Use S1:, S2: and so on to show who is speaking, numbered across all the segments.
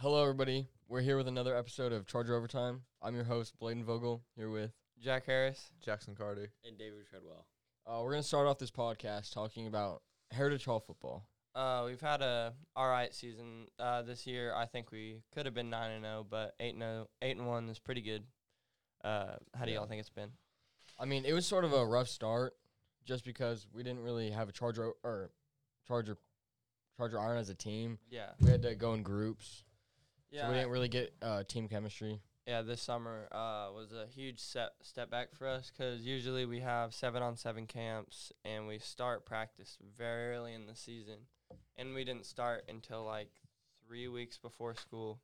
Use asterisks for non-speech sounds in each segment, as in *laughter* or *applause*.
S1: Hello, everybody. We're here with another episode of Charger Overtime. I'm your host, Bladen Vogel, here with.
S2: Jack Harris.
S3: Jackson Carter.
S4: and David Treadwell.
S1: Uh, we're going to start off this podcast talking about Heritage Hall football.
S2: Uh, we've had a all right season uh, this year. I think we could have been nine and zero, but eight and 0 eight and one is pretty good. Uh, how do
S1: Yeah.
S2: y'all think it's been?
S1: I mean, it was sort of a rough start just because we didn't really have a Charger o- or Charger Charger Iron as a team.
S2: Yeah,
S1: We had to go in groups.
S2: yeah,
S1: So we didn't really get uh, team chemistry.
S2: yeah. This summer uh, was a huge step step back for us because usually we have seven on seven camps and we start practice very early in the season, and we didn't start until like three weeks before school.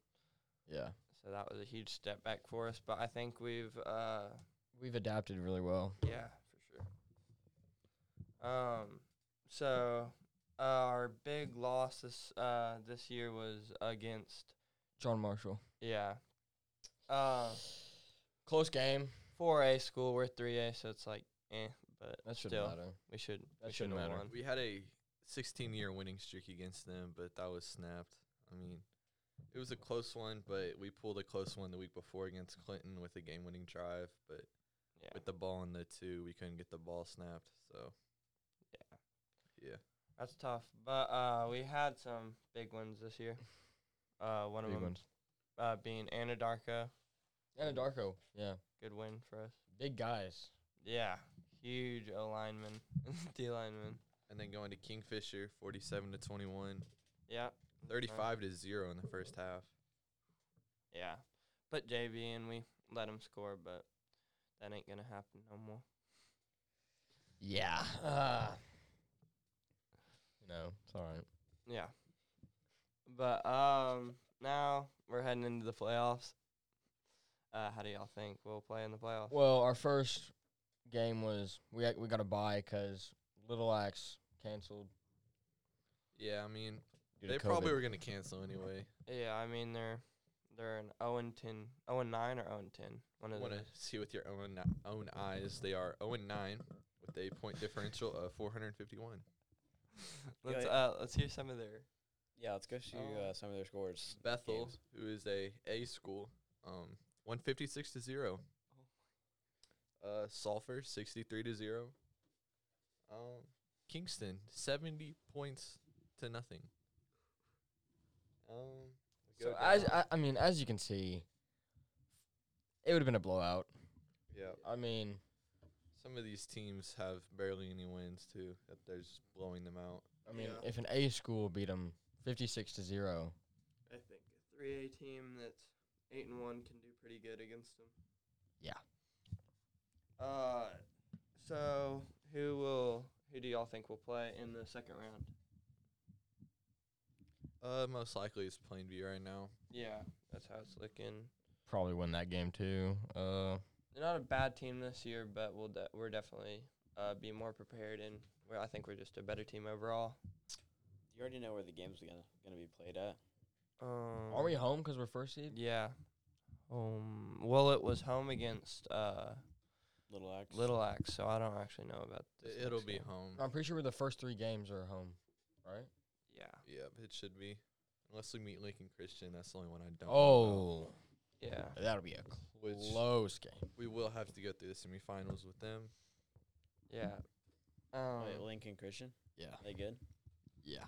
S1: Yeah.
S2: So that was a huge step back for us. But I think we've uh,
S1: We've adapted really well.
S2: Yeah, for sure. Um, so uh, our big loss this uh this year was against
S1: John Marshall.
S2: yeah, uh,
S1: Close game.
S2: four A school. We're three A, so it's like eh, but
S1: That shouldn't
S2: Still.
S1: matter.
S2: we should
S1: That
S2: we
S1: shouldn't
S2: shouldn't have
S1: matter.
S2: won.
S3: We had a 16 year winning streak against them, but that was snapped. I mean, it was a close one, but we pulled a close one the week before against Clinton with a game winning drive. But
S2: Yeah.
S3: with the ball in the two, we couldn't get the ball snapped. So,
S2: Yeah.
S3: yeah.
S2: That's tough, but uh, we had some big ones this year. Uh, one of
S1: Big
S2: them
S1: ones.
S2: uh being Anadarko,
S1: Anadarko. Yeah.
S2: good win for us.
S1: Big guys.
S2: Yeah, huge O lineman, *laughs* D lineman.
S3: And then going to Kingfisher, 47 to 21,
S2: Yeah,
S3: 35 to 0 in the first half.
S2: Yeah. But JV and we let him score, but that ain't going to happen no more.
S1: Yeah. Uh, no, it's all right.
S2: Yeah. But um now we're heading into the playoffs. Uh, how do y'all think we'll play in the playoffs?
S1: Well, our first game was we ac- we got a buy because Little Axe canceled.
S3: Yeah, I mean,
S1: due to
S3: they probably
S1: COVID.
S3: were going to cancel anyway.
S2: Yeah, I mean they're they're an 0 and 10, 0 and 9 or 0 and 10. One of
S3: want to
S2: those.
S3: see with your own own eyes. They are 0 and 9 with a point differential of 451.
S2: Let's
S4: Yeah.
S2: uh let's hear some of their
S4: Yeah, let's go through
S2: Oh.
S4: uh, some of their scores.
S3: Bethel,
S4: Games.
S3: who is a A school, um, 156 to 0. Uh, Sulphur, 63 to 0. Um, Kingston, 70 points to nothing. Um, we
S1: So
S3: go
S1: as
S3: down.
S1: I, I mean, as you can see, it would have been a blowout.
S3: yeah,
S1: I mean,
S3: some of these teams have barely any wins too. That they're just blowing them out.
S1: I mean,
S2: Yeah.
S1: if an A school beat them fifty six to zero,
S2: I think a 3A team that's 8 and 1 can do pretty good against them.
S1: Yeah.
S2: Uh so who will who do y'all think will play in the second round?
S3: Uh, most likely it's Plainview right now.
S2: Yeah, that's how it's looking.
S1: probably win that game too. Uh,
S2: They're not a bad team this year, but we'll de- we're definitely uh, be more prepared, and we're, I think we're just a better team overall.
S4: You already know where the game's gonna gonna be played at.
S2: Um,
S1: are we home because we're first seed?
S2: Yeah. Um. Well, it was home against uh,
S4: Little Axe.
S2: Little Axe, so I don't actually know about this.
S3: It- It'll
S2: next
S3: be
S2: game.
S3: home.
S1: I'm pretty sure we're the first three games are home, right?
S2: Yeah.
S3: Yep, it should be. Unless we meet Lincoln Christian, that's the only one I don't. know about,
S1: Oh,
S2: Yeah.
S1: that'll be a
S3: which
S1: close game.
S3: we will have to go through the semifinals with them.
S2: Yeah. Um,
S4: Wait, Lincoln Christian.
S1: Yeah,
S4: They good?
S1: yeah.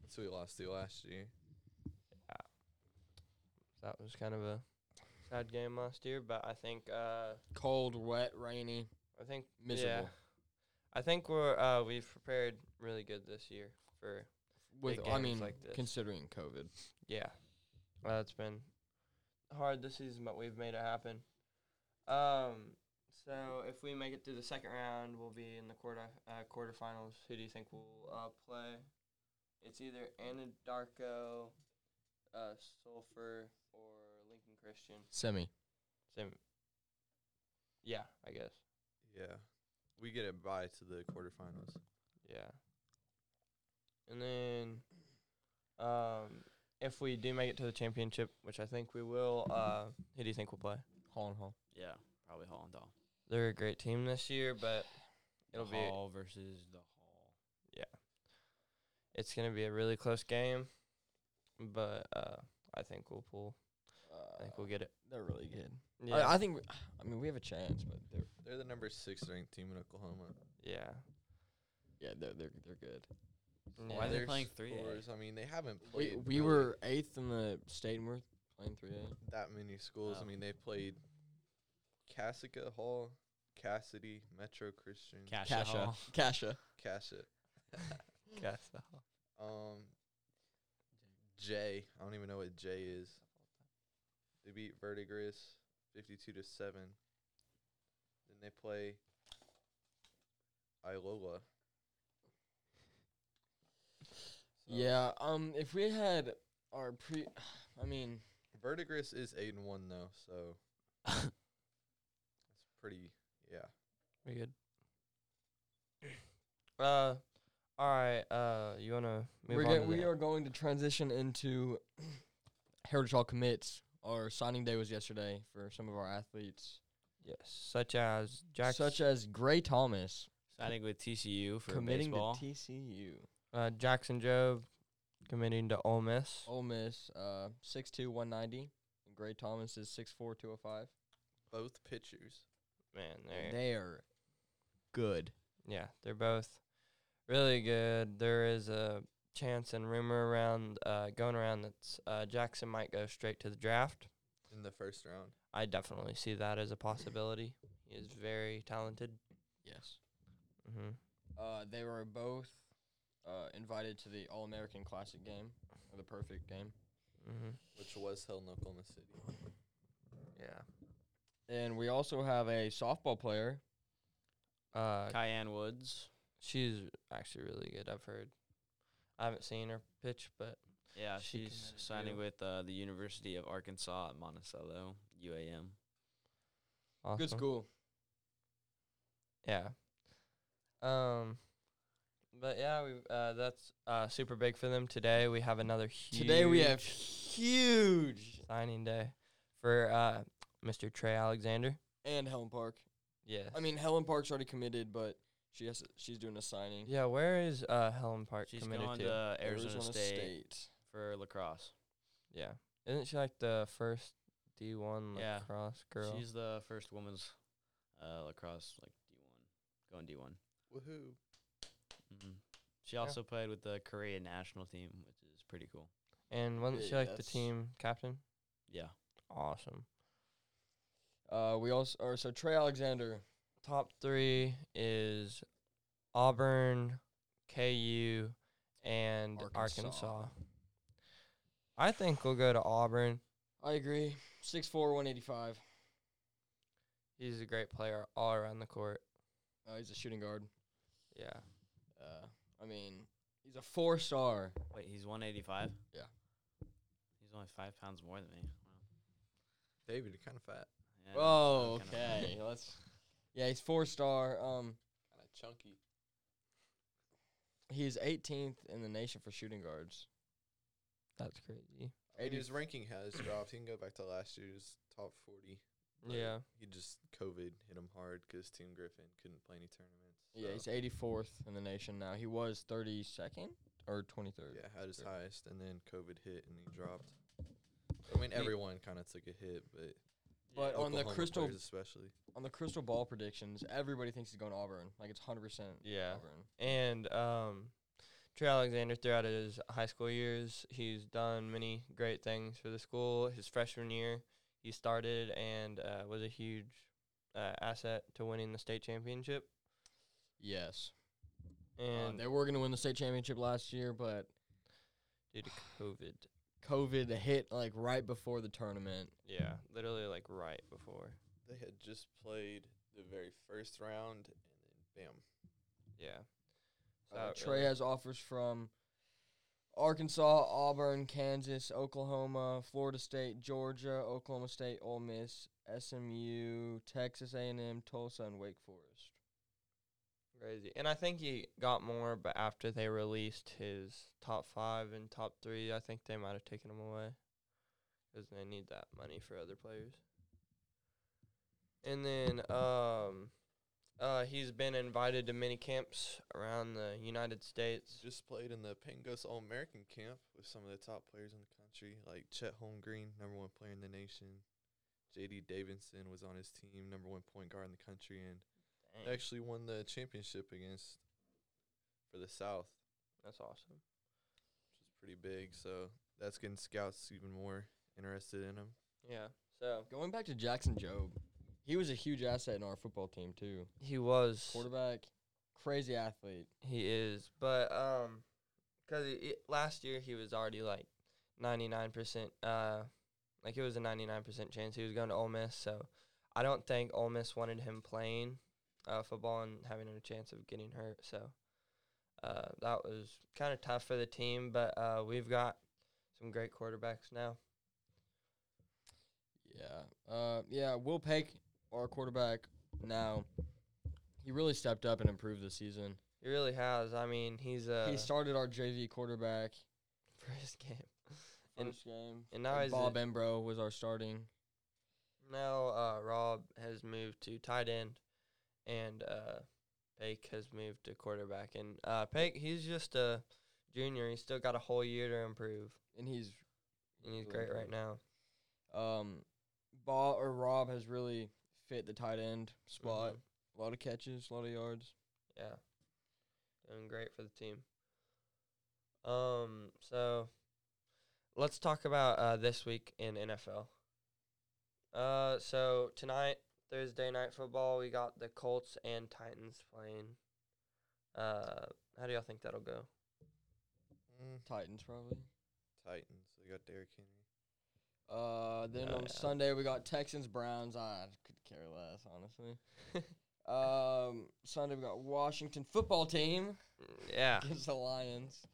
S3: That's who we lost to last year.
S2: that was kind of a sad game last year, but I think uh,
S1: Cold, wet, rainy,
S2: I think
S1: miserable.
S2: Yeah, I think we're uh, we've prepared really good this year for
S1: With
S2: big
S1: I
S2: games
S1: mean,
S2: like this.
S1: considering COVID.
S2: yeah. Uh, it's been hard this season, but we've made it happen. Um, so if we make it through the second round, we'll be in the quarter uh, quarterfinals. Who do you think will uh, play? It's either Anadarko, uh, Sulphur, or Lincoln Christian.
S1: Semi.
S2: Same. Yeah, I guess.
S3: Yeah. We get it by to the quarterfinals.
S2: Yeah. And then, um, if we do make it to the championship, which I think we will, uh, who do you think will play?
S1: Hall and Hall.
S4: Yeah, probably Hall and Dahl.
S2: They're a great team this year, but it'll be
S4: Hall versus the Hall.
S2: it's gonna be a really close game. But uh, I think we'll pull. I think
S1: Uh,
S2: we'll get it.
S1: they're really good.
S2: Yeah.
S1: I, I think. We, I mean, we have a chance, but they're
S3: They're the number six ranked team in Oklahoma.
S2: yeah.
S1: yeah, they're they're, they're good.
S2: Yeah.
S4: Why are they
S3: Their
S4: playing 3A?
S3: scores, I mean, they haven't
S1: We,
S3: played
S1: we
S3: really
S1: were eighth in the state, and we're playing three A.
S3: that many schools.
S4: Oh.
S3: I mean, they played Cassica Hall, Cassidy, Metro Christian,
S4: Cash
S1: Kasha, *laughs* Kasha.
S3: Cassia,
S2: Guess so.
S3: um, J. I don't even know what J is. They beat Verdigris fifty-two to seven. Then they play Ilola. So,
S1: Yeah. Um. If we had our pre, I mean,
S3: Verdigris is eight and one though, so it's pretty. Yeah,
S2: We good. Uh, all right. Uh, you wanna move
S1: we're
S2: on?
S1: go-
S2: to
S1: we
S2: the-
S1: are going to transition into *clears throat* Heritage All commits. Our signing day was yesterday for some of our athletes,
S2: yes, such as Jack,
S1: such as Gray Thomas
S4: *laughs* Signing with TCU for
S1: committing
S4: baseball.
S1: to TCU,
S2: uh, Jackson Job, committing to Ole Miss.
S1: Ole Miss, uh, six two one ninety. Gray Thomas is six four two zero five.
S3: both pitchers.
S2: Man, there.
S1: They are good.
S2: Yeah, they're both really good. There is a chance and rumor around uh, going around that uh, Jackson might go straight to the draft.
S3: in the first round.
S2: I definitely see that as a possibility. He is very talented.
S1: Yes.
S2: Mm-hmm.
S1: Uh, they were both uh, invited to the All American Classic game, or the Perfect game,
S2: Mm-hmm.
S3: which was held in Oklahoma City.
S2: Yeah.
S1: and we also have a softball player.
S2: Uh,
S4: Cayenne Woods.
S2: she's actually really good. I've heard. I haven't seen her pitch, but
S4: Yeah,
S2: She
S4: she's
S2: committed
S4: signing
S2: too.
S4: with uh, the University of Arkansas at Monticello, UAM.
S2: awesome.
S1: Good school.
S2: Yeah. Um, but yeah, we uh, that's uh, super big for them today. We have another huge
S1: Today we have huge
S2: signing day for uh, Mr. Trey Alexander.
S1: and Helen Park.
S2: Yes.
S1: I mean, Helen Park's already committed, but she has she's doing a signing.
S2: yeah. Where is uh, Helen Park
S4: She's
S2: committed
S4: going
S2: to?
S4: to, Arizona, State,
S1: State.
S4: for lacrosse.
S2: yeah. Isn't she like the first D one
S4: Yeah.
S2: lacrosse girl?
S4: She's the first woman's uh, lacrosse like D1, going D1.
S3: Woohoo!
S4: hmm She
S2: Yeah.
S4: also played with the Korean national team, which is pretty cool.
S2: and wasn't she
S1: Yeah,
S2: like the
S1: that's-
S2: team captain?
S4: Yeah.
S2: Awesome.
S1: Uh, we also or so Trey Alexander.
S2: Top three is Auburn, KU, and
S1: Arkansas.
S2: Arkansas. I think we'll go to Auburn.
S1: I agree. Six four one eighty five.
S2: He's a great player all around the court.
S1: Uh, he's a shooting guard.
S2: Yeah.
S1: Uh, I mean, he's a four star.
S4: Wait, he's 185?
S1: Yeah.
S4: He's only five pounds more than me.
S3: David, you're kind of fat,
S4: Wow. Yeah,
S1: Oh,
S4: I'm kinda- *laughs*
S1: okay. Let's. Yeah, he's four star. Um,
S3: kind of chunky.
S1: he's 18th in the nation for shooting guards.
S2: That's crazy.
S3: And
S1: Eighty-
S3: his ranking has dropped. He can go back to last year's top forty. but
S2: Yeah.
S3: He just COVID hit him hard because Team Griffin couldn't play any tournaments.
S1: Yeah, he's
S3: so,
S1: 84th in the nation now. He was 32nd or 23rd.
S3: yeah, had his
S1: Sure.
S3: highest, and then COVID hit, and he dropped. I mean,
S1: He-
S3: everyone kind of took a hit, but
S1: But on the
S3: Oklahoma
S1: crystal-
S3: players especially.
S1: On the crystal ball predictions, everybody thinks he's going to Auburn. Like it's 100 percent
S2: Yeah.
S1: Auburn.
S2: And um, Trey Alexander, throughout his high school years, he's done many great things for the school. His freshman year, he started and uh, was a huge uh, asset to winning the state championship.
S1: Yes. Uh,
S2: And
S1: they were going to win the state championship last year, but
S2: due to COVID,
S1: COVID hit like right before the tournament.
S2: yeah, literally like right before.
S3: They had just played the very first round, and then bam.
S2: Yeah. So
S1: Uh,
S2: it
S1: Trey
S2: really-
S1: has offers from Arkansas, Auburn, Kansas, Oklahoma, Florida State, Georgia, Oklahoma State, Ole Miss, SMU, Texas A&M, Tulsa, and Wake Forest.
S2: Crazy. And I think he got more, but after they released his top five and top three, I think they might have taken him away because they need that money for other players. And then um, uh, he's been invited to many camps around the United States.
S3: Just played in the Pangos All American camp with some of the top players in the country. country. Like Chet Holm Green, number one player in the nation. JD Davidson was on his team, number one point guard in the country, and they
S2: Dang,
S3: actually won the championship against for the South,
S2: that's awesome.
S3: which is pretty big. So that's getting scouts even more interested in him.
S2: Yeah. So
S1: Going back to Jackson Job, he was a huge asset in our football team too.
S2: he was
S1: Quarterback, crazy athlete.
S2: He is, but um, cause it, it- last year he was already like ninety nine percent. Uh, like it was a ninety nine percent chance he was going to Ole Miss. So I don't think Ole Miss wanted him playing uh, football and having a chance of getting hurt. So uh, that was kind of tough for the team. But uh, we've got some great quarterbacks now.
S1: Yeah. Uh, yeah. Will Peck, our quarterback now, he really stepped up and improved this season.
S2: He really has. I mean, he's uh *laughs*
S1: he started our JV quarterback
S2: for his game. And-
S1: first game.
S2: and now
S1: and
S2: he's a-
S1: Bob Embro was our starting.
S2: Now uh, Rob has moved to tight end, and uh, Paik has moved to quarterback. And uh, Paik, he's just a junior. He's still got a whole year to improve,
S1: and he's
S2: and he's
S1: really
S2: great right
S1: good.
S2: now.
S1: Um, Bob or Rob has really fit the tight end spot.
S2: Mhm.
S1: A lot of catches, a lot of yards.
S2: Yeah, doing great for the team. Um, so let's talk about uh, this week in NFL. Uh, so tonight, Thursday night football, we got the Colts and Titans playing. Uh, how do y'all think that'll go?
S3: Mm,
S1: Titans probably.
S3: Titans. They got Derrick Henry.
S1: Uh, then
S2: Yeah.
S1: on Sunday we got Texans Browns. I could care less, honestly. *laughs* um, Sunday we got Washington football team
S2: Yeah.
S1: against the Lions.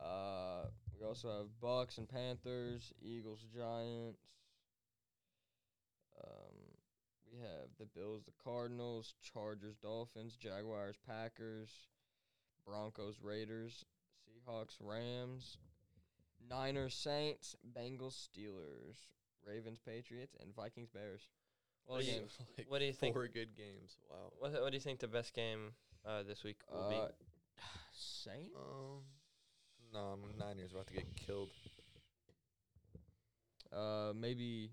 S1: Uh, we also have Bucks and Panthers, Eagles, Giants. Um, we have the Bills, the Cardinals, Chargers, Dolphins, Jaguars, Packers, Broncos, Raiders, Seahawks, Rams, Niners, Saints, Bengals, Steelers, Ravens, Patriots, and Vikings, Bears.
S2: What do you,
S1: games.
S3: Like
S2: what do you think?
S3: Four good games. Wow.
S2: What, what do you think the best game uh, this week will be?
S1: Uh, *sighs* Saints.
S3: Um, no, Niners about to get killed.
S1: Uh, maybe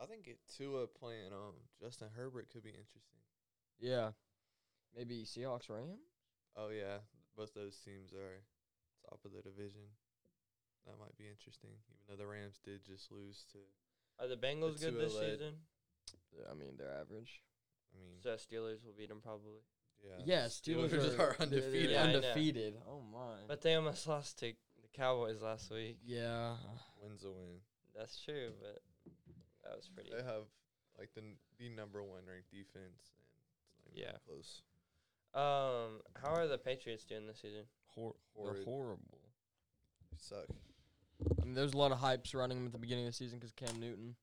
S3: I think it Tua playing um Justin Herbert could be interesting.
S1: yeah, maybe Seahawks, Rams.
S3: Oh yeah, both those teams are top of the division. That might be interesting, even though the Rams did just lose to.
S2: Are the Bengals good
S3: Tua
S2: this
S3: led-
S2: season?
S1: Yeah, I mean, they're average.
S3: I mean,
S2: So Steelers will beat them probably.
S3: yeah.
S1: Yeah, Steelers, are,
S3: are
S1: they're- they're
S3: *laughs* undefeated.
S2: Yeah, I know.
S1: undefeated. Oh my.
S2: But they almost lost to the Cowboys last week.
S1: yeah,
S3: Wins a win.
S2: That's true, but that was pretty.
S3: They have like the n- the number one ranked defense, and it's not even
S2: Yeah.
S3: close.
S2: Um, how are the Patriots doing this season?
S1: Hor-
S3: Horrid.
S1: horrible.
S3: They suck.
S1: I mean, there's a lot of hype surrounding him at the beginning of the season because Cam Newton,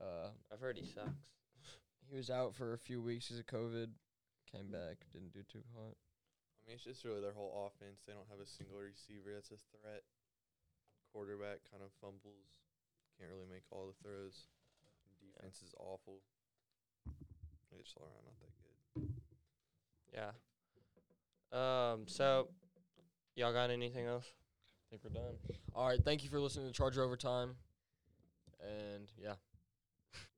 S1: uh,
S2: I've heard he sucks.
S1: he was out for a few weeks because of COVID, came back, didn't do too hot.
S3: I mean, it's just really their whole offense. They don't have a single receiver that's a threat. Quarterback kind of fumbles. Can't really make all the throws. Defense is awful. It's all around not that good.
S2: Yeah. Um. So, y'all got anything else?
S1: I think we're done. All right, thank you for listening to Charger Overtime, and yeah.